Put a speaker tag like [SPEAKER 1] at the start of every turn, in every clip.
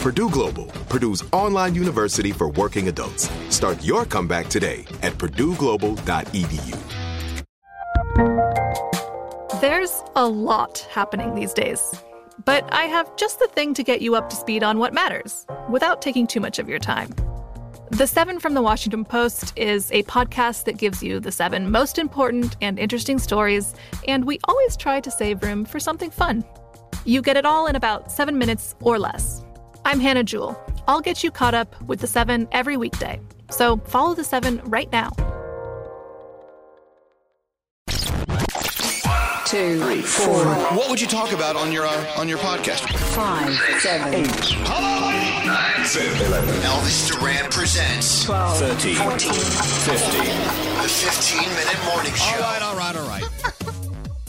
[SPEAKER 1] Purdue Global, Purdue's online university for working adults. Start your comeback today at E purdueglobal.edu.
[SPEAKER 2] There's a lot happening these days, but I have just the thing to get you up to speed on what matters without taking too much of your time. The Seven from the Washington Post is a podcast that gives you the seven most important and interesting stories, and we always try to save room for something fun. You get it all in about seven minutes or less. I'm Hannah Jewell. I'll get you caught up with the seven every weekday. So follow the seven right now.
[SPEAKER 3] Two, three, four.
[SPEAKER 4] What would you talk about on your uh, on your podcast?
[SPEAKER 3] Five, seven, eight.
[SPEAKER 4] Hello. Nine, seven, 11. Elvis Duran presents
[SPEAKER 3] 12, 13, 14,
[SPEAKER 4] 15. The 15 minute morning show.
[SPEAKER 5] All right, all right, all right.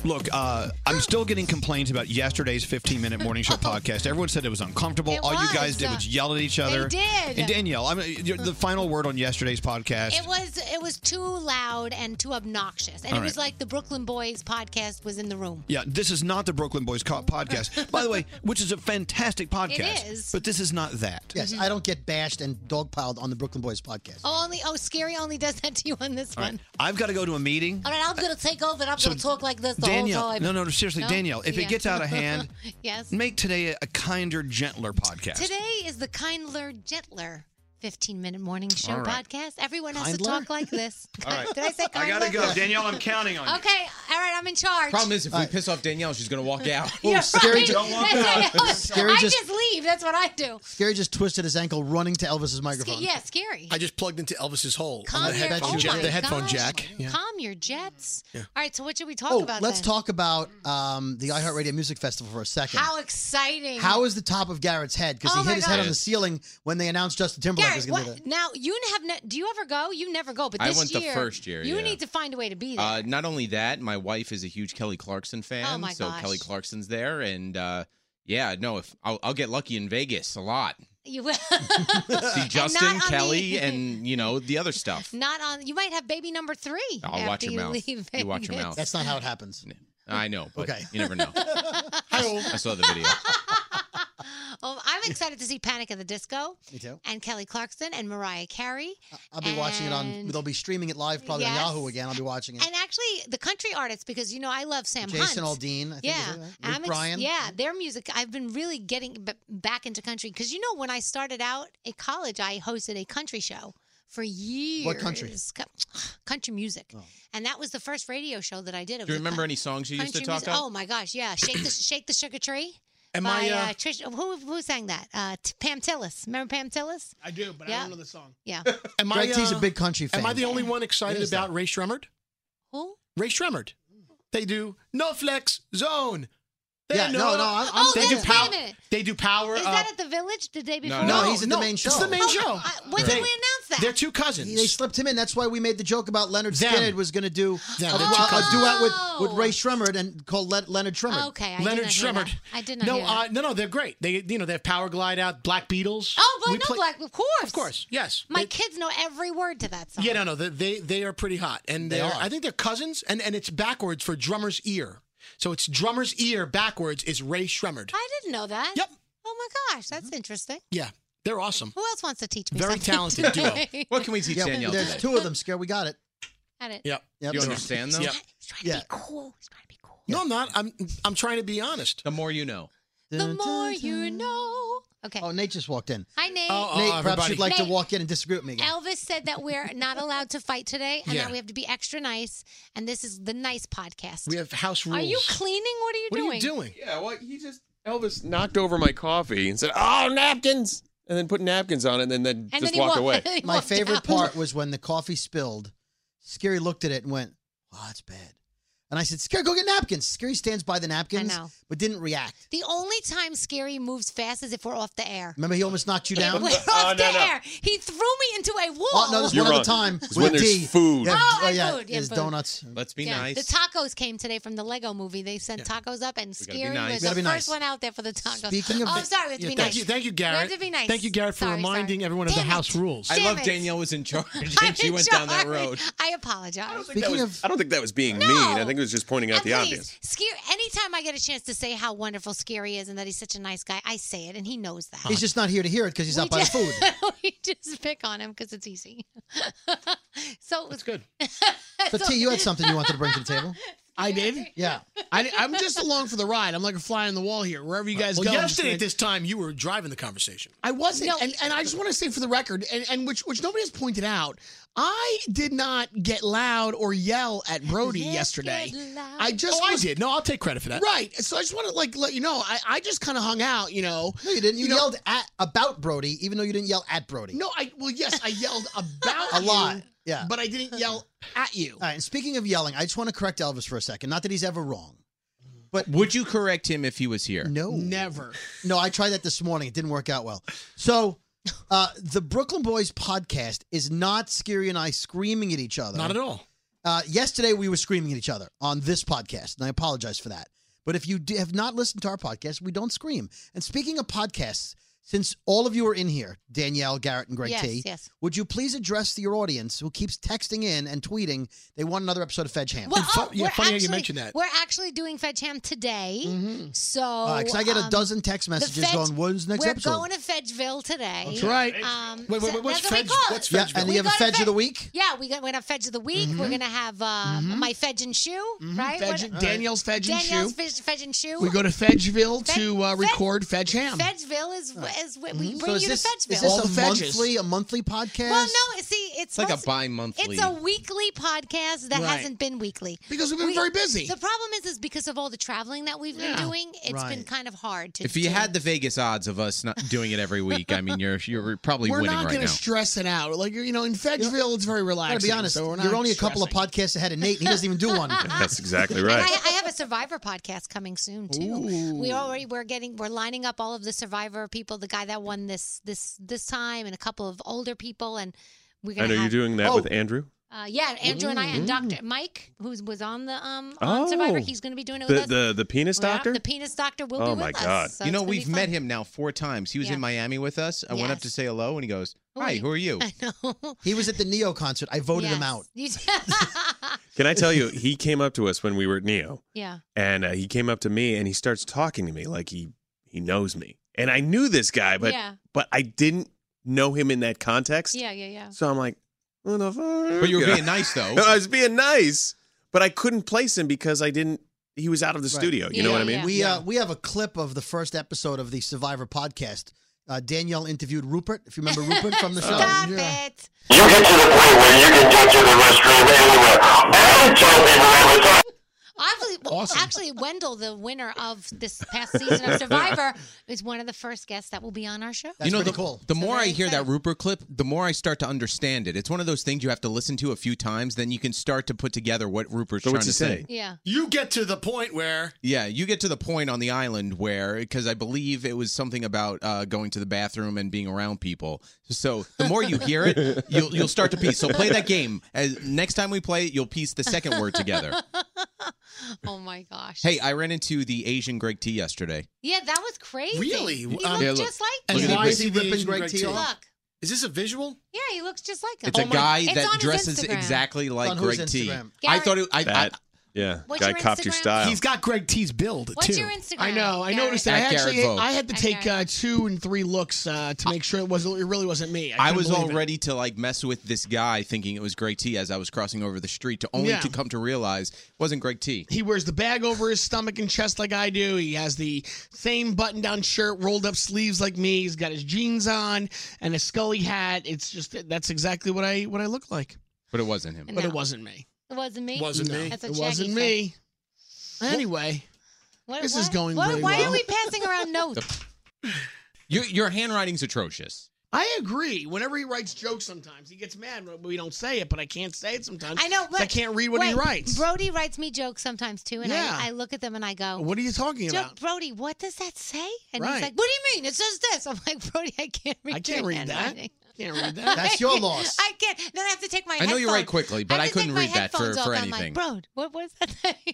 [SPEAKER 5] Look, uh, I'm still getting complaints about yesterday's 15 minute morning show podcast. Everyone said it was uncomfortable.
[SPEAKER 6] Oh. It
[SPEAKER 5] all you guys
[SPEAKER 6] was.
[SPEAKER 5] did was yell at each other.
[SPEAKER 6] They did.
[SPEAKER 5] And Danielle, I mean, you're- the final word on yesterday's podcast.
[SPEAKER 6] It was it was too loud and too obnoxious, and
[SPEAKER 5] All
[SPEAKER 6] it was
[SPEAKER 5] right.
[SPEAKER 6] like the Brooklyn Boys podcast was in the room.
[SPEAKER 5] yeah, this is not the Brooklyn Boys co- podcast, by the way, which is a fantastic podcast.
[SPEAKER 6] is.
[SPEAKER 5] But this is not that.
[SPEAKER 7] Yes, I don't get bashed and dogpiled on the Brooklyn Boys podcast.
[SPEAKER 6] Oh, only oh, scary only does that to you on this
[SPEAKER 5] All
[SPEAKER 6] one.
[SPEAKER 5] right. I've got to go to a meeting.
[SPEAKER 6] All right, I'm gonna take over. and I'm
[SPEAKER 5] So,
[SPEAKER 6] gonna talk like this the
[SPEAKER 5] Danielle,
[SPEAKER 6] whole time.
[SPEAKER 5] no, no, no, seriously, Danielle, if it gets out of hand,
[SPEAKER 6] yes.
[SPEAKER 5] Make today a, a kinder, gentler podcast.
[SPEAKER 6] Today is the kindler, gentler. 15 minute morning show
[SPEAKER 5] All right.
[SPEAKER 6] podcast. Everyone has to
[SPEAKER 5] Kindler?
[SPEAKER 6] talk like this.
[SPEAKER 8] All right.
[SPEAKER 6] Did I say
[SPEAKER 5] I
[SPEAKER 6] kindler?
[SPEAKER 5] gotta go, Danielle. I'm counting on you.
[SPEAKER 6] Okay, all right, I'm in charge.
[SPEAKER 8] Problem is, if we piss off Danielle, she's gonna walk out.
[SPEAKER 6] You're right.
[SPEAKER 8] Don't walk
[SPEAKER 6] That's
[SPEAKER 8] out.
[SPEAKER 6] it. I just leave. That's what I do.
[SPEAKER 7] Scary just twisted his ankle running to Elvis's
[SPEAKER 6] Sca-
[SPEAKER 7] microphone.
[SPEAKER 6] yeah, scary.
[SPEAKER 9] I just plugged into Elvis's hole.
[SPEAKER 6] Calm
[SPEAKER 9] on the,
[SPEAKER 6] your-
[SPEAKER 9] headphone
[SPEAKER 6] oh
[SPEAKER 9] jack,
[SPEAKER 6] my
[SPEAKER 9] the headphone
[SPEAKER 6] gosh.
[SPEAKER 9] jack. Yeah.
[SPEAKER 6] Calm your jets. All right, so what should we talk
[SPEAKER 7] Oh,
[SPEAKER 6] about?
[SPEAKER 7] let's
[SPEAKER 6] then?
[SPEAKER 7] talk about um, the iHeartRadio Music Festival for a second.
[SPEAKER 6] How exciting!
[SPEAKER 7] How is the top of Garrett's head? Because
[SPEAKER 6] Oh
[SPEAKER 7] he
[SPEAKER 6] my
[SPEAKER 7] hit his head
[SPEAKER 6] God.
[SPEAKER 7] on the ceiling when they announced Justin Timberlake
[SPEAKER 6] Gary,
[SPEAKER 7] was going to do
[SPEAKER 6] what, now you have ne- do you ever go? You never go, but
[SPEAKER 8] I
[SPEAKER 6] this
[SPEAKER 8] went the
[SPEAKER 6] year,
[SPEAKER 8] first year,
[SPEAKER 6] You
[SPEAKER 8] yeah.
[SPEAKER 6] need to find a way to be there.
[SPEAKER 8] Uh, not only that, my wife is a huge Kelly Clarkson fan,
[SPEAKER 6] Oh, my
[SPEAKER 8] so
[SPEAKER 6] gosh.
[SPEAKER 8] Kelly Clarkson's there, and uh, yeah, no, if I'll, I'll get lucky in Vegas a lot.
[SPEAKER 6] you will
[SPEAKER 8] See
[SPEAKER 6] And
[SPEAKER 8] Justin,
[SPEAKER 6] not on
[SPEAKER 8] Kelly,
[SPEAKER 6] the-
[SPEAKER 8] and you know the other stuff.
[SPEAKER 6] not on. You might have baby number three.
[SPEAKER 8] I'll
[SPEAKER 6] after
[SPEAKER 8] watch your
[SPEAKER 6] you
[SPEAKER 8] mouth.
[SPEAKER 6] Leave
[SPEAKER 8] You watch your
[SPEAKER 6] Vegas.
[SPEAKER 8] mouth.
[SPEAKER 7] That's not how it happens.
[SPEAKER 8] I know, but
[SPEAKER 7] Okay.
[SPEAKER 8] you never know. I saw the video.
[SPEAKER 6] I'm excited to see Panic at the Disco
[SPEAKER 7] Me too.
[SPEAKER 6] and Kelly Clarkson and Mariah Carey.
[SPEAKER 7] I'll be watching it on.
[SPEAKER 6] And-
[SPEAKER 7] They'll be streaming it live probably
[SPEAKER 6] Yes.
[SPEAKER 7] on Yahoo again. I'll be watching it.
[SPEAKER 6] And actually, the country artists, because you know I love Sam
[SPEAKER 7] Jason
[SPEAKER 6] Hunt.
[SPEAKER 7] Aldean, I think is
[SPEAKER 6] yeah,
[SPEAKER 7] it, right?
[SPEAKER 6] And
[SPEAKER 7] Luke
[SPEAKER 6] I'm ex-
[SPEAKER 7] Bryan.
[SPEAKER 6] yeah, their music. I've been really getting b- back into country because you know when I started out at college, I hosted a country show for years.
[SPEAKER 8] What country?
[SPEAKER 6] Co- Country music, and that was the first radio show that I did. It
[SPEAKER 8] Do
[SPEAKER 6] was
[SPEAKER 8] you
[SPEAKER 6] a
[SPEAKER 8] remember
[SPEAKER 6] coun-
[SPEAKER 8] any songs you used to
[SPEAKER 6] country
[SPEAKER 8] talk
[SPEAKER 6] music-
[SPEAKER 8] up?
[SPEAKER 6] Oh my gosh, yeah, shake the shake the sugar tree.
[SPEAKER 8] Am
[SPEAKER 6] by,
[SPEAKER 8] I, uh,
[SPEAKER 6] uh, Trish, who who sang that? Uh, T- Pam Tillis. Remember Pam Tillis?
[SPEAKER 9] I do, but I
[SPEAKER 6] Yeah.
[SPEAKER 9] don't know the song.
[SPEAKER 6] Yeah.
[SPEAKER 9] Am
[SPEAKER 7] Greg
[SPEAKER 9] I,
[SPEAKER 7] T's a
[SPEAKER 9] uh,
[SPEAKER 7] big country fan.
[SPEAKER 9] Am I the only one excited
[SPEAKER 7] Is that?
[SPEAKER 9] about Ray Shremmerd?
[SPEAKER 6] Who?
[SPEAKER 9] Ray Shremmerd. They do no flex zone. They
[SPEAKER 7] Yeah,
[SPEAKER 9] know-
[SPEAKER 7] no, no, I'm- I'm- Oh,
[SPEAKER 9] they do
[SPEAKER 7] that's-
[SPEAKER 9] power.
[SPEAKER 6] wait a minute.
[SPEAKER 9] They do power.
[SPEAKER 6] Is
[SPEAKER 9] uh,
[SPEAKER 6] that at the Village the day before?
[SPEAKER 9] no, he's at the main show. Oh,
[SPEAKER 6] I- when did
[SPEAKER 7] They-
[SPEAKER 6] we announce that?
[SPEAKER 9] They're two cousins.
[SPEAKER 7] They slipped him in. That's why we made the joke about Leonard
[SPEAKER 9] Them.
[SPEAKER 7] Skinner was going to do a,
[SPEAKER 9] Them.
[SPEAKER 7] a-
[SPEAKER 9] They're two
[SPEAKER 7] a duet with, with
[SPEAKER 6] Oh.
[SPEAKER 7] Ray Shremmerd and called Le- Leonard Shremmerd.
[SPEAKER 6] Okay, I did
[SPEAKER 9] Leonard
[SPEAKER 6] not hear that.
[SPEAKER 9] Shremmerd.
[SPEAKER 6] I did not
[SPEAKER 9] no,
[SPEAKER 6] hear that.
[SPEAKER 9] Uh, no, no, they're great. They, you know, they have Power Glide out, Black Beatles.
[SPEAKER 6] Oh, but
[SPEAKER 9] We
[SPEAKER 6] no,
[SPEAKER 9] play-
[SPEAKER 6] Black, of course.
[SPEAKER 9] Of course, yes.
[SPEAKER 6] My
[SPEAKER 9] They-
[SPEAKER 6] kids know every word to that song.
[SPEAKER 9] Yeah, no, no, they- they they are pretty hot, and
[SPEAKER 6] They
[SPEAKER 9] they are.
[SPEAKER 6] are.
[SPEAKER 9] I think they're cousins, and and it's backwards for drummer's ear. So it's drummer's ear backwards is Ray Shremmerd.
[SPEAKER 6] I didn't know that. Yep. Oh my gosh, that's interesting.
[SPEAKER 9] Mm-hmm. Yeah, they're awesome.
[SPEAKER 6] Who else wants to teach me?
[SPEAKER 9] Very
[SPEAKER 6] something
[SPEAKER 9] talented duo.
[SPEAKER 6] today?
[SPEAKER 8] What can we teach
[SPEAKER 7] Yeah,
[SPEAKER 8] Danielle
[SPEAKER 7] there's
[SPEAKER 8] today?
[SPEAKER 7] two of them. Scare, we got it.
[SPEAKER 6] Got it.
[SPEAKER 9] Yep.
[SPEAKER 8] Do you understand though?
[SPEAKER 7] Yeah.
[SPEAKER 6] Cool.
[SPEAKER 9] No, I'm not. I'm I'm trying to be honest.
[SPEAKER 8] The more you know.
[SPEAKER 6] The more you know. Okay.
[SPEAKER 7] Oh, Nate just walked in.
[SPEAKER 6] Hi, Nate.
[SPEAKER 9] Oh,
[SPEAKER 7] Nate, perhaps you'd like to
[SPEAKER 6] Nate,
[SPEAKER 7] walk in and disagree with me again.
[SPEAKER 6] Elvis said that we're not allowed to fight today, and
[SPEAKER 7] Yeah.
[SPEAKER 6] that we have to be extra nice. And this is the nice podcast.
[SPEAKER 9] We have house
[SPEAKER 6] Are you
[SPEAKER 10] rules.
[SPEAKER 6] cleaning? What are you doing?
[SPEAKER 10] Yeah, well, he just Elvis knocked over my coffee and said, "Oh, napkins!" and then put napkins on it, and then, then just walked away.
[SPEAKER 7] My favorite part was when the coffee spilled. Scary looked at it and went, "Wow, that's bad." And I said, "Scary, go get napkins." Scary stands by the napkins,
[SPEAKER 6] know.
[SPEAKER 7] but didn't react.
[SPEAKER 6] The only time Scary moves fast is if we're off the air.
[SPEAKER 7] Remember, he almost knocked you down.
[SPEAKER 6] If we're
[SPEAKER 8] Oh,
[SPEAKER 6] off the air. He threw me into a wall.
[SPEAKER 7] Oh no, there's one other time
[SPEAKER 10] It's
[SPEAKER 7] with
[SPEAKER 10] when there's
[SPEAKER 7] D.
[SPEAKER 10] food.
[SPEAKER 7] Yeah,
[SPEAKER 6] Oh, and
[SPEAKER 7] yeah,
[SPEAKER 6] food, yeah,
[SPEAKER 7] is
[SPEAKER 6] food.
[SPEAKER 7] donuts.
[SPEAKER 8] Let's be
[SPEAKER 6] Yeah,
[SPEAKER 8] nice.
[SPEAKER 6] The tacos came today from the Lego movie. They sent tacos up, and
[SPEAKER 8] gotta be
[SPEAKER 6] Scary
[SPEAKER 8] nice.
[SPEAKER 6] was
[SPEAKER 9] We
[SPEAKER 6] the
[SPEAKER 9] gotta
[SPEAKER 6] first
[SPEAKER 9] be nice.
[SPEAKER 6] one out there for the tacos.
[SPEAKER 9] Speaking of
[SPEAKER 6] oh,
[SPEAKER 9] the-
[SPEAKER 6] I'm sorry, we have to
[SPEAKER 9] Yeah,
[SPEAKER 6] be
[SPEAKER 9] thank
[SPEAKER 6] nice.
[SPEAKER 9] you, thank you,
[SPEAKER 6] We
[SPEAKER 9] Garrett.
[SPEAKER 6] have to be nice.
[SPEAKER 9] Thank you, Garrett, for
[SPEAKER 6] Sorry,
[SPEAKER 9] reminding everyone of the house rules.
[SPEAKER 8] I
[SPEAKER 6] Damn
[SPEAKER 8] love
[SPEAKER 6] it.
[SPEAKER 8] Danielle was in charge,
[SPEAKER 6] sorry.
[SPEAKER 8] and she went down that road.
[SPEAKER 6] I apologize.
[SPEAKER 10] Speaking of, I don't think that was being
[SPEAKER 6] No.
[SPEAKER 10] mean. I think it was just pointing out the
[SPEAKER 6] Oh. Please,
[SPEAKER 10] obvious.
[SPEAKER 6] Scary. Anytime I get a chance to say how wonderful Scary is and that he's such a nice guy, I say it, and he knows that.
[SPEAKER 7] He's just not here to hear it because he's
[SPEAKER 6] We
[SPEAKER 7] out by the
[SPEAKER 6] just-
[SPEAKER 7] food.
[SPEAKER 6] we just pick on him because it's easy. so it was good.
[SPEAKER 7] But T, you had something you wanted to bring to the table.
[SPEAKER 9] I did.
[SPEAKER 7] Yeah.
[SPEAKER 9] I, I'm just along for the ride. I'm like a fly on the wall here, wherever you
[SPEAKER 7] guys
[SPEAKER 9] well,
[SPEAKER 7] go, I'm just
[SPEAKER 9] yesterday
[SPEAKER 7] gonna-
[SPEAKER 9] at this time, you were driving the conversation.
[SPEAKER 11] I wasn't, and, and I just want to say for the record, and, and which which nobody has pointed out, I did not get loud or yell at Brody yesterday. I just
[SPEAKER 9] oh, I
[SPEAKER 11] was-
[SPEAKER 9] did. No, I'll take credit for that.
[SPEAKER 11] right. So I just want to like let you know, I, I just kind of hung out, you know.
[SPEAKER 7] No, you didn't. You,
[SPEAKER 11] know-
[SPEAKER 7] yelled at about Brody, even though you didn't yell at Brody.
[SPEAKER 11] No, I well yes, I yelled about
[SPEAKER 7] a
[SPEAKER 11] you,
[SPEAKER 7] lot. Yeah.
[SPEAKER 11] but I didn't yell at you.
[SPEAKER 7] All right. And speaking of yelling, I just want to correct Elvis for a second. Not that he's ever wrong. But
[SPEAKER 8] would you correct him if he was here?
[SPEAKER 7] No,
[SPEAKER 11] never.
[SPEAKER 7] No, I tried that this morning. It didn't work out well. So, uh, the Brooklyn Boys podcast is not Scary and I screaming at each other.
[SPEAKER 9] Not at all.
[SPEAKER 7] Uh, yesterday we were screaming at each other on this podcast, and I apologize for that. But if you d- have not listened to our podcast, we don't scream. And speaking of podcasts, since all of you are in here, Danielle, Garrett, and Greg
[SPEAKER 6] Yes,
[SPEAKER 7] T,
[SPEAKER 6] yes.
[SPEAKER 7] would you please address your audience who keeps texting in and tweeting they want another episode of Fedge Ham?
[SPEAKER 6] Well, oh, we're actually- We're actually doing Fed Jam today. So,
[SPEAKER 7] Because I get a
[SPEAKER 6] um,
[SPEAKER 7] dozen text
[SPEAKER 6] the
[SPEAKER 7] messages
[SPEAKER 6] Fed-
[SPEAKER 7] going, when's Oh, the next
[SPEAKER 6] we're
[SPEAKER 7] episode?
[SPEAKER 6] going to Fedgeville today.
[SPEAKER 7] That's right.
[SPEAKER 6] Um,
[SPEAKER 7] Wait, wait,
[SPEAKER 6] so
[SPEAKER 7] wait,
[SPEAKER 6] that's what
[SPEAKER 7] what's
[SPEAKER 6] we
[SPEAKER 7] Fedge-
[SPEAKER 6] call it.
[SPEAKER 7] what's Yeah, Fedgeville? and you have a
[SPEAKER 6] go to
[SPEAKER 7] Fedge of
[SPEAKER 6] Fed-
[SPEAKER 7] the week?
[SPEAKER 6] Yeah, we got, we're going to have Fedge of the Week. We're going to have um, my Fedge and Shoe, right?
[SPEAKER 11] Fedge-
[SPEAKER 6] What-
[SPEAKER 11] Danielle's Fedge and Shoe.
[SPEAKER 6] Danielle's Fedge, Fedge and Shoe.
[SPEAKER 11] We go to Fedgeville to uh, record Fedge Ham.
[SPEAKER 6] Fedgeville is, is where we
[SPEAKER 11] Mhm.
[SPEAKER 6] bring
[SPEAKER 11] So is
[SPEAKER 6] you
[SPEAKER 11] this-
[SPEAKER 6] to
[SPEAKER 11] is
[SPEAKER 6] Fedgeville.
[SPEAKER 11] this All a the Fedges.
[SPEAKER 7] monthly- a monthly podcast?
[SPEAKER 6] Well, no, see, it's,
[SPEAKER 8] It's like a
[SPEAKER 6] supposed-
[SPEAKER 8] bi-monthly.
[SPEAKER 6] It's a weekly podcast that
[SPEAKER 8] Right.
[SPEAKER 6] hasn't been weekly
[SPEAKER 11] Because we've been very busy.
[SPEAKER 6] The problem is, is because of all the traveling that we've
[SPEAKER 8] Yeah.
[SPEAKER 6] been doing, it's been
[SPEAKER 8] Right.
[SPEAKER 6] kind of hard to.
[SPEAKER 8] If you
[SPEAKER 6] do.
[SPEAKER 8] had the Vegas odds of us not doing it every week, I mean, you're you're probably
[SPEAKER 11] We're
[SPEAKER 8] winning
[SPEAKER 11] not
[SPEAKER 8] right
[SPEAKER 11] gonna
[SPEAKER 8] now.
[SPEAKER 11] stress it out. Like you know, in Fedgeville, it's very relaxing.
[SPEAKER 7] Gotta be honest,
[SPEAKER 11] so we're not
[SPEAKER 7] you're only a couple of podcasts ahead of Nate, and he doesn't even do one.
[SPEAKER 10] That's exactly
[SPEAKER 6] And
[SPEAKER 10] right.
[SPEAKER 6] I, I have a Survivor podcast coming soon too. We already we're getting we're lining up all of the Survivor people, the guy that won this this this time, and a couple of older people, and we're
[SPEAKER 10] I
[SPEAKER 6] gonna
[SPEAKER 10] know you're
[SPEAKER 6] have.
[SPEAKER 10] doing that
[SPEAKER 6] Oh.
[SPEAKER 10] with Andrew.
[SPEAKER 6] Uh, yeah, Andrew and I and
[SPEAKER 10] Mm.
[SPEAKER 6] Doctor Mike, who was on the um on Survivor, he's going to be doing it
[SPEAKER 10] Oh. the,
[SPEAKER 6] with us.
[SPEAKER 10] The, oh the penis
[SPEAKER 6] Yeah,
[SPEAKER 10] doctor?
[SPEAKER 6] the penis doctor, will be with us. so
[SPEAKER 8] you
[SPEAKER 6] it's
[SPEAKER 8] know
[SPEAKER 6] gonna be
[SPEAKER 8] we've met him now four times. He was
[SPEAKER 6] Yeah. Oh,
[SPEAKER 8] in Miami with us. I went up to say hello, and he goes,
[SPEAKER 6] Who are
[SPEAKER 8] "Hi,
[SPEAKER 6] you?"
[SPEAKER 8] who are you?"
[SPEAKER 7] He was at the Neo concert. I voted him
[SPEAKER 6] Yes.
[SPEAKER 7] out.
[SPEAKER 6] You-
[SPEAKER 10] Can I tell you, he came up to us when we were at Neo,
[SPEAKER 6] yeah.
[SPEAKER 10] and uh, he came up to me and he starts talking to me like he, he knows me. and I knew this guy, but
[SPEAKER 6] Yeah.
[SPEAKER 10] but I didn't know him in that context.
[SPEAKER 6] Yeah, yeah, yeah.
[SPEAKER 10] So I'm like, what the fuck?
[SPEAKER 8] But you were being nice, though.
[SPEAKER 10] No, I was being nice, but I couldn't place him because I didn't. He was out of the studio. You know what I mean?
[SPEAKER 7] We uh, we have a clip of the first episode of the Survivor podcast. Uh, Danielle interviewed Rupert. If you remember Rupert from the show,
[SPEAKER 6] Stop
[SPEAKER 7] it.
[SPEAKER 6] Obviously, well, actually, Wendell, the winner of this past season of Survivor, is one of the first guests that will be on our show.
[SPEAKER 8] you know, the, the more I hear that Rupert clip, the more I start to understand it. It's one of those things you have to listen to a few times, then you can start to put together what Rupert's
[SPEAKER 10] So
[SPEAKER 8] trying
[SPEAKER 10] what's
[SPEAKER 8] to
[SPEAKER 10] he
[SPEAKER 8] say.
[SPEAKER 10] saying?
[SPEAKER 6] Yeah.
[SPEAKER 11] You get to the point where
[SPEAKER 8] Yeah, you get to the point on the island where, because I believe it was something about uh, going to the bathroom and being around people. So the more you hear it, you'll you'll start to piece. So play that game. As, next time we play it, you'll piece the second word together.
[SPEAKER 6] oh my gosh.
[SPEAKER 8] Hey, I ran into the Asian Greg T yesterday.
[SPEAKER 6] Yeah, that was crazy.
[SPEAKER 11] Really?
[SPEAKER 6] He
[SPEAKER 11] Um,
[SPEAKER 6] looked
[SPEAKER 8] Yeah, look.
[SPEAKER 6] just like
[SPEAKER 8] Look
[SPEAKER 6] him.
[SPEAKER 8] at Why the is he big- ripping
[SPEAKER 11] Asian Greg Greg T T off? off?
[SPEAKER 6] Look.
[SPEAKER 11] Is this a visual?
[SPEAKER 6] Yeah, he looks just like him.
[SPEAKER 8] It's a guy
[SPEAKER 6] It's on
[SPEAKER 8] that
[SPEAKER 6] his
[SPEAKER 8] dresses
[SPEAKER 6] Instagram.
[SPEAKER 8] exactly like
[SPEAKER 11] on whose
[SPEAKER 8] Greg T. I
[SPEAKER 11] Instagram?
[SPEAKER 8] thought it. I, I,
[SPEAKER 10] That- yeah,
[SPEAKER 6] What's
[SPEAKER 10] guy
[SPEAKER 6] your
[SPEAKER 10] copped your
[SPEAKER 6] Instagram?
[SPEAKER 10] style.
[SPEAKER 11] He's got Greg T's build
[SPEAKER 6] What's
[SPEAKER 11] too.
[SPEAKER 6] your Instagram,
[SPEAKER 11] I know. I
[SPEAKER 6] Garrett?
[SPEAKER 11] noticed that. I
[SPEAKER 8] At
[SPEAKER 11] actually,
[SPEAKER 8] Garrett Vogt.
[SPEAKER 11] I had to take uh, two and three looks uh, to make sure it was it really wasn't me. I,
[SPEAKER 8] I
[SPEAKER 11] couldn't
[SPEAKER 8] was
[SPEAKER 11] believe
[SPEAKER 8] all
[SPEAKER 11] it.
[SPEAKER 8] ready to like mess with this guy, thinking it was Greg T. As I was crossing over the street, to only
[SPEAKER 11] uh, Yeah.
[SPEAKER 8] to come to realize it wasn't Greg T.
[SPEAKER 11] He wears the bag over his stomach and chest like I do. He has the same button down shirt, rolled up sleeves like me. He's got his jeans on and a scully hat. It's just that's exactly what I what I look like.
[SPEAKER 8] But it wasn't him.
[SPEAKER 11] But it wasn't me.
[SPEAKER 6] It wasn't me.
[SPEAKER 11] Wasn't me.
[SPEAKER 6] That's what
[SPEAKER 11] It
[SPEAKER 6] Shaggy
[SPEAKER 11] wasn't
[SPEAKER 6] said.
[SPEAKER 11] me. Anyway,
[SPEAKER 6] What,
[SPEAKER 11] This
[SPEAKER 6] is
[SPEAKER 11] is going
[SPEAKER 6] what,
[SPEAKER 11] really
[SPEAKER 6] Why
[SPEAKER 11] well.
[SPEAKER 6] are we passing around notes?
[SPEAKER 8] Your, your handwriting's atrocious.
[SPEAKER 11] I agree. Whenever he writes jokes, sometimes he gets mad when we don't say it, but I can't say it sometimes.
[SPEAKER 6] I know,
[SPEAKER 11] 'cause
[SPEAKER 6] but
[SPEAKER 11] I can't read what he
[SPEAKER 6] wait,
[SPEAKER 11] writes.
[SPEAKER 6] Brody writes me jokes sometimes too, and
[SPEAKER 11] Yeah.
[SPEAKER 6] I, I look at them and I go,
[SPEAKER 11] What are you talking
[SPEAKER 6] "Jo-
[SPEAKER 11] about?
[SPEAKER 6] Brody, what does that say?" And
[SPEAKER 11] Right.
[SPEAKER 6] he's like, "What do you mean? It says this." I'm like, "Brody, I can't read.
[SPEAKER 11] I can't
[SPEAKER 6] your
[SPEAKER 11] read that.
[SPEAKER 6] handwriting."
[SPEAKER 11] Can't read that. That's your loss.
[SPEAKER 6] I can't. Then I have to take my.
[SPEAKER 8] I know you write
[SPEAKER 6] headphones-
[SPEAKER 8] quickly, but
[SPEAKER 6] I,
[SPEAKER 8] I
[SPEAKER 6] have to take
[SPEAKER 8] couldn't
[SPEAKER 6] my
[SPEAKER 8] read that for-
[SPEAKER 6] headphones off,
[SPEAKER 8] for
[SPEAKER 6] and
[SPEAKER 8] anything.
[SPEAKER 6] I'm like, Brody, what was that thing?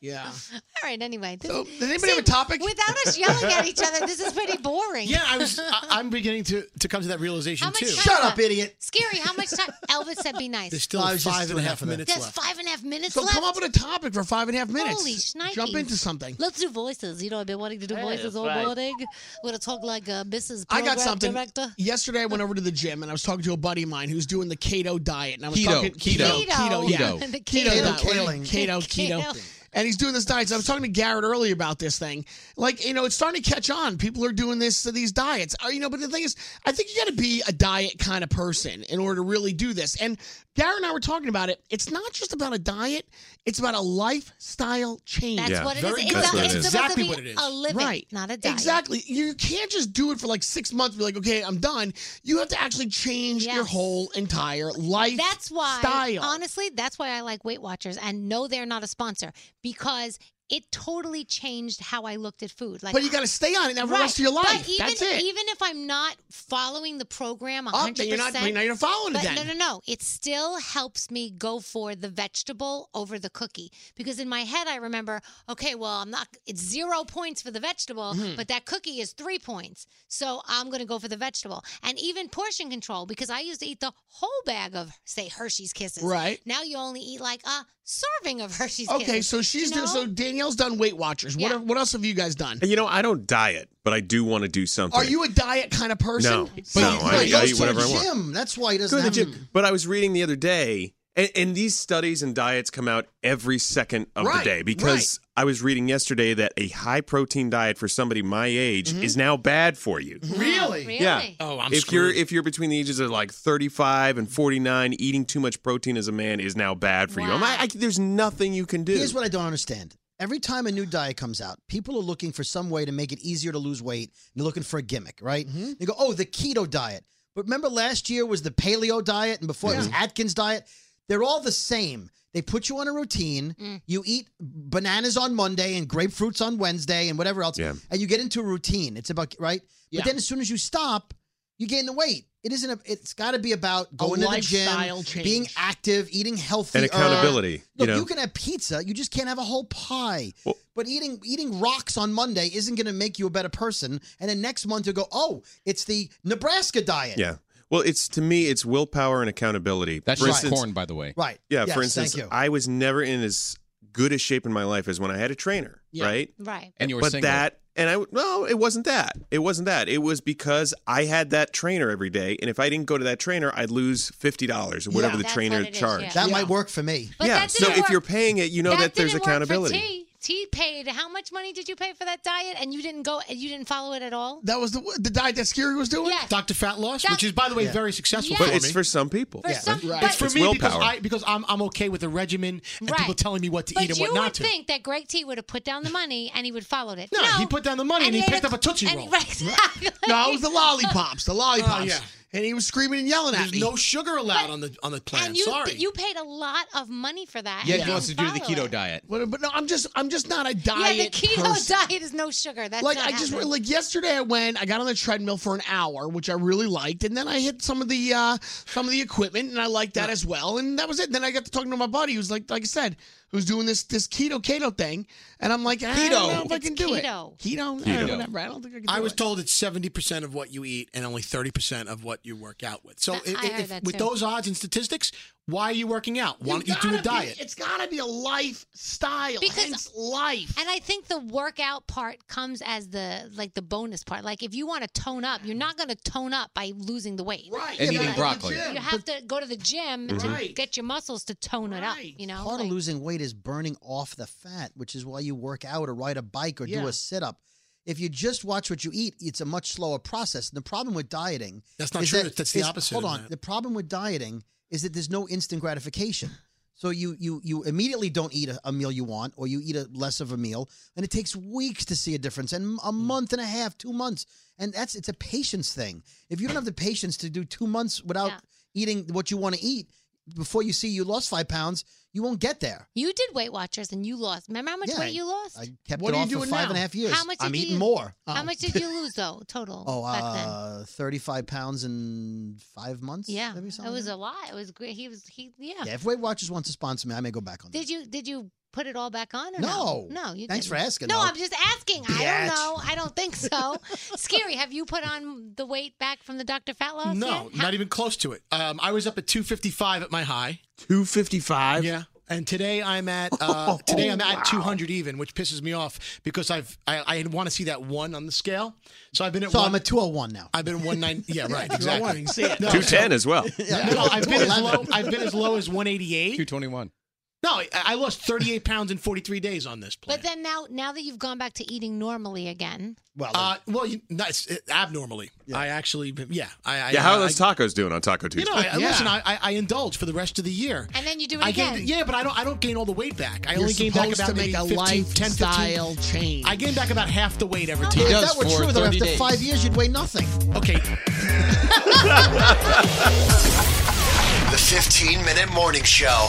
[SPEAKER 11] Yeah.
[SPEAKER 6] All right. Anyway, this,
[SPEAKER 11] So, does anybody have a topic?
[SPEAKER 6] without us yelling at each other? This is pretty boring.
[SPEAKER 12] Yeah, I was. I, I'm beginning to to come to that realization
[SPEAKER 6] How much
[SPEAKER 12] too.
[SPEAKER 6] time Shut up,
[SPEAKER 11] idiot!
[SPEAKER 6] Scary. How much time? Elvis said, "Be nice."
[SPEAKER 12] There's still
[SPEAKER 11] I was just
[SPEAKER 12] five and a
[SPEAKER 11] doing
[SPEAKER 12] half
[SPEAKER 11] that for that.
[SPEAKER 12] minutes
[SPEAKER 6] There's
[SPEAKER 12] left.
[SPEAKER 6] five and a half minutes
[SPEAKER 11] So
[SPEAKER 6] left.
[SPEAKER 11] come up with a topic for five and a half minutes.
[SPEAKER 6] Holy shnikes.
[SPEAKER 11] Jump into something.
[SPEAKER 6] Let's do voices. You know, I've been wanting to do
[SPEAKER 11] Hey,
[SPEAKER 6] voices
[SPEAKER 11] that's
[SPEAKER 6] all
[SPEAKER 11] right.
[SPEAKER 6] morning. We're gonna talk like uh, Mrs.
[SPEAKER 11] I
[SPEAKER 6] Program
[SPEAKER 11] got something. Oh.
[SPEAKER 6] Director.
[SPEAKER 11] Yesterday, I went over to the gym and I was talking to a buddy of mine who's doing the keto diet, and I was
[SPEAKER 8] Keto,
[SPEAKER 11] talking
[SPEAKER 8] keto,
[SPEAKER 11] keto, keto, yeah,
[SPEAKER 8] keto. The
[SPEAKER 11] keto,
[SPEAKER 8] keto.
[SPEAKER 11] diet,
[SPEAKER 8] Keto
[SPEAKER 11] whatever,
[SPEAKER 8] killing.
[SPEAKER 11] keto, keto.
[SPEAKER 8] Keto.
[SPEAKER 11] And he's doing this diet. So I was talking to Garrett earlier about this thing. Like, you know, it's starting to catch on. People are doing this these diets. Uh, You know, but the thing is, I think you got to be a diet kind of person in order to really do this. And Garrett and I were talking about it. It's not just about a diet. It's about a lifestyle change.
[SPEAKER 6] That's Yeah. what it is. Very It's good. a- That's what it it's is. supposed to be a living,
[SPEAKER 11] right?
[SPEAKER 6] not a diet.
[SPEAKER 11] Exactly. You can't just do it for like six months. And be like, okay, I'm done. You have to actually change your whole entire life.
[SPEAKER 6] That's why,
[SPEAKER 11] style.
[SPEAKER 6] honestly, that's why I like Weight Watchers. And no, they're not a sponsor because it totally changed how I looked at food. Like,
[SPEAKER 11] But you gotta stay on it now for the rest of your
[SPEAKER 6] But
[SPEAKER 11] life.
[SPEAKER 6] even,
[SPEAKER 11] That's it.
[SPEAKER 6] Even if I'm not following the program,
[SPEAKER 11] Oh, then
[SPEAKER 6] 100.
[SPEAKER 11] you're not- now you're following it
[SPEAKER 6] But
[SPEAKER 11] then.
[SPEAKER 6] no, no, no. It still helps me go for the vegetable over the cookie because in my head I remember, okay, well I'm not. It's zero points for the vegetable,
[SPEAKER 11] Hmm.
[SPEAKER 13] Mhm.
[SPEAKER 6] but that cookie is three points. So I'm gonna go for the vegetable and even portion control because I used to eat the whole bag of say Hershey's Kisses.
[SPEAKER 11] Right.
[SPEAKER 6] Now you only eat like a serving of Hershey's.
[SPEAKER 11] okay,
[SPEAKER 6] Kisses,
[SPEAKER 11] so
[SPEAKER 6] you
[SPEAKER 11] she's
[SPEAKER 6] know?
[SPEAKER 11] doing. So Danielle's done Weight Watchers. What
[SPEAKER 6] Yeah.
[SPEAKER 11] What else have you guys done?
[SPEAKER 10] And you know, I don't diet, but I do want to do something.
[SPEAKER 11] Are you a diet kind of person?
[SPEAKER 10] No. No, I- I eat whatever I want.
[SPEAKER 11] That's why he
[SPEAKER 10] Go to the gym. But I was reading the other day, and, and these studies and diets come out every second of
[SPEAKER 11] Right,
[SPEAKER 10] the day because I was reading yesterday that a high protein diet for somebody my age is now bad for you.
[SPEAKER 11] Mm-hmm. Really?
[SPEAKER 10] Yeah. if you're if you're between the ages of like 35 and 49, eating too much protein as a man is now bad for you. I'm like, I, there's nothing you can do.
[SPEAKER 14] Here's what I don't understand. Every time a new diet comes out, people are looking for some way to make it easier to lose weight. And they're looking for a gimmick, right?
[SPEAKER 10] Mm-hmm.
[SPEAKER 14] They go, oh, the keto diet. But remember last year was the paleo diet and before it was Atkins diet? They're all the same. They put you on a routine. You eat bananas on Monday and grapefruits on Wednesday and whatever else.
[SPEAKER 10] Yeah.
[SPEAKER 14] And you get into a routine. It's about, right?
[SPEAKER 11] Yeah.
[SPEAKER 14] But then as soon as you stop, you gain the weight. It isn't a, it's got to be about going to the
[SPEAKER 11] lifestyle
[SPEAKER 14] gym,
[SPEAKER 11] change.
[SPEAKER 14] being active, eating healthy.
[SPEAKER 10] And accountability,
[SPEAKER 14] uh, Look,
[SPEAKER 10] you know?
[SPEAKER 14] you can have pizza, you just can't have a whole pie. but eating eating rocks on Monday isn't going to make you a better person. And then next month you go, oh, it's the Nebraska diet.
[SPEAKER 10] Yeah. Well, it's to me, it's willpower and accountability.
[SPEAKER 8] That's
[SPEAKER 10] For
[SPEAKER 8] just
[SPEAKER 10] instance-
[SPEAKER 8] corn, by the way.
[SPEAKER 14] Right.
[SPEAKER 10] Yeah.
[SPEAKER 14] Yes,
[SPEAKER 10] for
[SPEAKER 14] thank
[SPEAKER 10] instance,
[SPEAKER 14] you.
[SPEAKER 10] I was never in as good a shape in my life as when I had a trainer.
[SPEAKER 14] Yeah.
[SPEAKER 10] Right.
[SPEAKER 6] Right.
[SPEAKER 8] And you were
[SPEAKER 10] but
[SPEAKER 8] single.
[SPEAKER 10] that And I no, it wasn't that. It wasn't that. It was because I had that trainer every day, and if I didn't go to that trainer, I'd lose fifty dollars or whatever the trainer charged.
[SPEAKER 7] That might work for me.
[SPEAKER 6] But
[SPEAKER 10] yeah.
[SPEAKER 6] that
[SPEAKER 10] So
[SPEAKER 6] didn't
[SPEAKER 10] if
[SPEAKER 6] work-
[SPEAKER 10] you're paying it, you know that, there's
[SPEAKER 6] didn't
[SPEAKER 10] accountability.
[SPEAKER 6] Work for T. T paid. How much money did you pay for that diet? And you didn't go. You didn't follow it at all.
[SPEAKER 11] That was the the diet that Scary was doing.
[SPEAKER 12] Dr. Fat Loss, which is by the way
[SPEAKER 6] Yeah.
[SPEAKER 12] very successful.
[SPEAKER 10] But
[SPEAKER 12] for
[SPEAKER 10] it's
[SPEAKER 12] me.
[SPEAKER 10] for some people.
[SPEAKER 6] For Yeah. some-
[SPEAKER 12] Right.
[SPEAKER 6] but-
[SPEAKER 12] it's for
[SPEAKER 10] It's
[SPEAKER 12] me
[SPEAKER 10] willpower.
[SPEAKER 12] because I because I'm I'm okay with the regimen and people telling me what to
[SPEAKER 6] But
[SPEAKER 12] eat and
[SPEAKER 6] you
[SPEAKER 12] what not
[SPEAKER 6] would
[SPEAKER 12] to.
[SPEAKER 6] think that Greg T would have put down the money and he would followed it.
[SPEAKER 12] no, he put down the money and, he
[SPEAKER 6] ate
[SPEAKER 12] picked
[SPEAKER 6] a-
[SPEAKER 12] up a tootsie
[SPEAKER 6] and-
[SPEAKER 12] roll.
[SPEAKER 6] right.
[SPEAKER 11] No, it was the lollipops. The lollipops.
[SPEAKER 12] Oh, yeah.
[SPEAKER 11] And he was screaming and yelling at
[SPEAKER 12] There's
[SPEAKER 11] me.
[SPEAKER 12] no sugar allowed on the on the plan.
[SPEAKER 6] And you
[SPEAKER 12] Sorry.
[SPEAKER 6] you paid a lot of money for that. and you didn't follow it.
[SPEAKER 10] diet.
[SPEAKER 11] But, but no, I'm just I'm just not a
[SPEAKER 6] Yeah,
[SPEAKER 11] diet.
[SPEAKER 6] the keto
[SPEAKER 11] person.
[SPEAKER 6] diet is no sugar. That's
[SPEAKER 11] like
[SPEAKER 6] not
[SPEAKER 11] I just
[SPEAKER 6] happening.
[SPEAKER 11] like yesterday I went I got on the treadmill for an hour which I really liked and then I hit some of the uh some of the equipment and I liked that as well and that was it then I got to talking to my buddy who's like like I said who's doing this this keto keto thing and I'm like I don't
[SPEAKER 12] Keto.
[SPEAKER 11] know if I
[SPEAKER 12] It's
[SPEAKER 11] can do it
[SPEAKER 12] keto.
[SPEAKER 11] keto,
[SPEAKER 12] Keto.
[SPEAKER 11] Eh, whatever I don't think I can do
[SPEAKER 12] I was
[SPEAKER 11] it.
[SPEAKER 12] told it's seventy percent of what you eat and only thirty percent of what you work out with. So
[SPEAKER 11] I-
[SPEAKER 12] if,
[SPEAKER 11] I heard
[SPEAKER 12] if-
[SPEAKER 11] that
[SPEAKER 12] with
[SPEAKER 11] too.
[SPEAKER 12] those odds and statistics, why are you working out? Why
[SPEAKER 11] You
[SPEAKER 12] don't you do
[SPEAKER 11] gotta
[SPEAKER 12] a
[SPEAKER 11] be-
[SPEAKER 12] diet?
[SPEAKER 11] it's gotta be a lifestyle
[SPEAKER 6] Because-
[SPEAKER 11] hence life
[SPEAKER 6] And I think the workout part comes as the like the bonus part. Like if you want to tone up, you're not going to tone up by losing the weight. Right.
[SPEAKER 8] And eating broccoli.
[SPEAKER 6] You have to go to the gym
[SPEAKER 8] Mhm.
[SPEAKER 6] to
[SPEAKER 8] Right.
[SPEAKER 6] get your muscles to tone it up. You know.
[SPEAKER 14] Part
[SPEAKER 6] Like-
[SPEAKER 14] of losing weight is burning off the fat, which is why you work out or ride a bike or do
[SPEAKER 6] Yeah.
[SPEAKER 14] a sit up. If you just watch what you eat, it's a much slower process. And the problem with dieting
[SPEAKER 12] That's not
[SPEAKER 14] is
[SPEAKER 12] true.
[SPEAKER 14] that-
[SPEAKER 12] That's the
[SPEAKER 14] is-
[SPEAKER 12] opposite
[SPEAKER 14] Hold
[SPEAKER 12] of
[SPEAKER 14] on.
[SPEAKER 12] that.
[SPEAKER 14] The problem with dieting is that there's no instant gratification. So you you you immediately don't eat a, a meal you want, or you eat a less of a meal, and it takes weeks to see a difference, and a
[SPEAKER 12] Mm.
[SPEAKER 14] month and a half, two months, and that's it's a patience thing. If you don't have the patience to do two months without eating what you want to eat before you see you lost five pounds, you won't get there.
[SPEAKER 6] You did Weight Watchers and you lost. Remember how much
[SPEAKER 14] Yeah,
[SPEAKER 6] weight you lost?
[SPEAKER 14] I kept
[SPEAKER 6] What
[SPEAKER 14] it
[SPEAKER 6] are you
[SPEAKER 14] off for
[SPEAKER 6] doing
[SPEAKER 14] five
[SPEAKER 6] now?
[SPEAKER 14] and a half years.
[SPEAKER 6] How much
[SPEAKER 14] I'm
[SPEAKER 6] did
[SPEAKER 14] eating
[SPEAKER 6] you-
[SPEAKER 14] more.
[SPEAKER 6] How much did you lose though total?
[SPEAKER 14] Oh,
[SPEAKER 6] back then.
[SPEAKER 14] uh, 35 pounds in five months.
[SPEAKER 6] Yeah,
[SPEAKER 14] maybe
[SPEAKER 6] it
[SPEAKER 14] something
[SPEAKER 6] was
[SPEAKER 14] like
[SPEAKER 6] a lot. It was great. He was he. Yeah.
[SPEAKER 14] that? Yeah, if Weight Watchers wants to sponsor me, I may go back on that.
[SPEAKER 6] Did you did you put it all back on? Or
[SPEAKER 14] No.
[SPEAKER 6] no, no. You
[SPEAKER 14] Thanks
[SPEAKER 6] didn't.
[SPEAKER 14] for asking,
[SPEAKER 6] No,
[SPEAKER 14] though.
[SPEAKER 6] I'm just asking. I
[SPEAKER 14] Bitch.
[SPEAKER 6] don't know. I don't think so. Scary. Have you put on the weight back from the Dr. Fat loss?
[SPEAKER 12] No,
[SPEAKER 6] yet?
[SPEAKER 12] not even close to it. Um, I was up at 255 at my high. 255. Yeah. And today I'm at uh, today I'm at 200 even, which pisses me off because I've I, I want to see that one on the scale. So I've been at
[SPEAKER 14] So
[SPEAKER 12] one,
[SPEAKER 14] I'm at 201 now.
[SPEAKER 12] I've been 190. Yeah, right.
[SPEAKER 14] Yeah, 201,
[SPEAKER 12] Exactly.
[SPEAKER 14] you see it.
[SPEAKER 12] No,
[SPEAKER 10] 210
[SPEAKER 12] so-
[SPEAKER 10] as well.
[SPEAKER 12] No, no, I've been as low. I've been as low as 188.
[SPEAKER 8] 221.
[SPEAKER 12] No, I, I lost 38 pounds in 43 days on this.
[SPEAKER 6] But then now, now that you've gone back to eating normally again,
[SPEAKER 12] Well, uh, well, you, that's uh, abnormally. I actually, yeah, I, I
[SPEAKER 10] yeah, how are
[SPEAKER 12] I-
[SPEAKER 10] those tacos doing on Taco Tuesday?
[SPEAKER 12] You know, I, I- listen, I, I, I indulge for the rest of the year.
[SPEAKER 6] and then you do it
[SPEAKER 12] I
[SPEAKER 6] again.
[SPEAKER 12] gained, yeah, but I don't. I don't gain all the weight back. I
[SPEAKER 11] You're
[SPEAKER 12] only gain back
[SPEAKER 11] supposed
[SPEAKER 12] about
[SPEAKER 11] to make
[SPEAKER 12] maybe
[SPEAKER 11] a
[SPEAKER 12] 15, 10, 15.
[SPEAKER 11] lifestyle change.
[SPEAKER 12] I gain back about half the weight every
[SPEAKER 11] He
[SPEAKER 12] time.
[SPEAKER 11] does If that were for true, though, 30
[SPEAKER 14] After five years, you'd weigh nothing.
[SPEAKER 12] Okay.
[SPEAKER 4] The 15 minute morning show.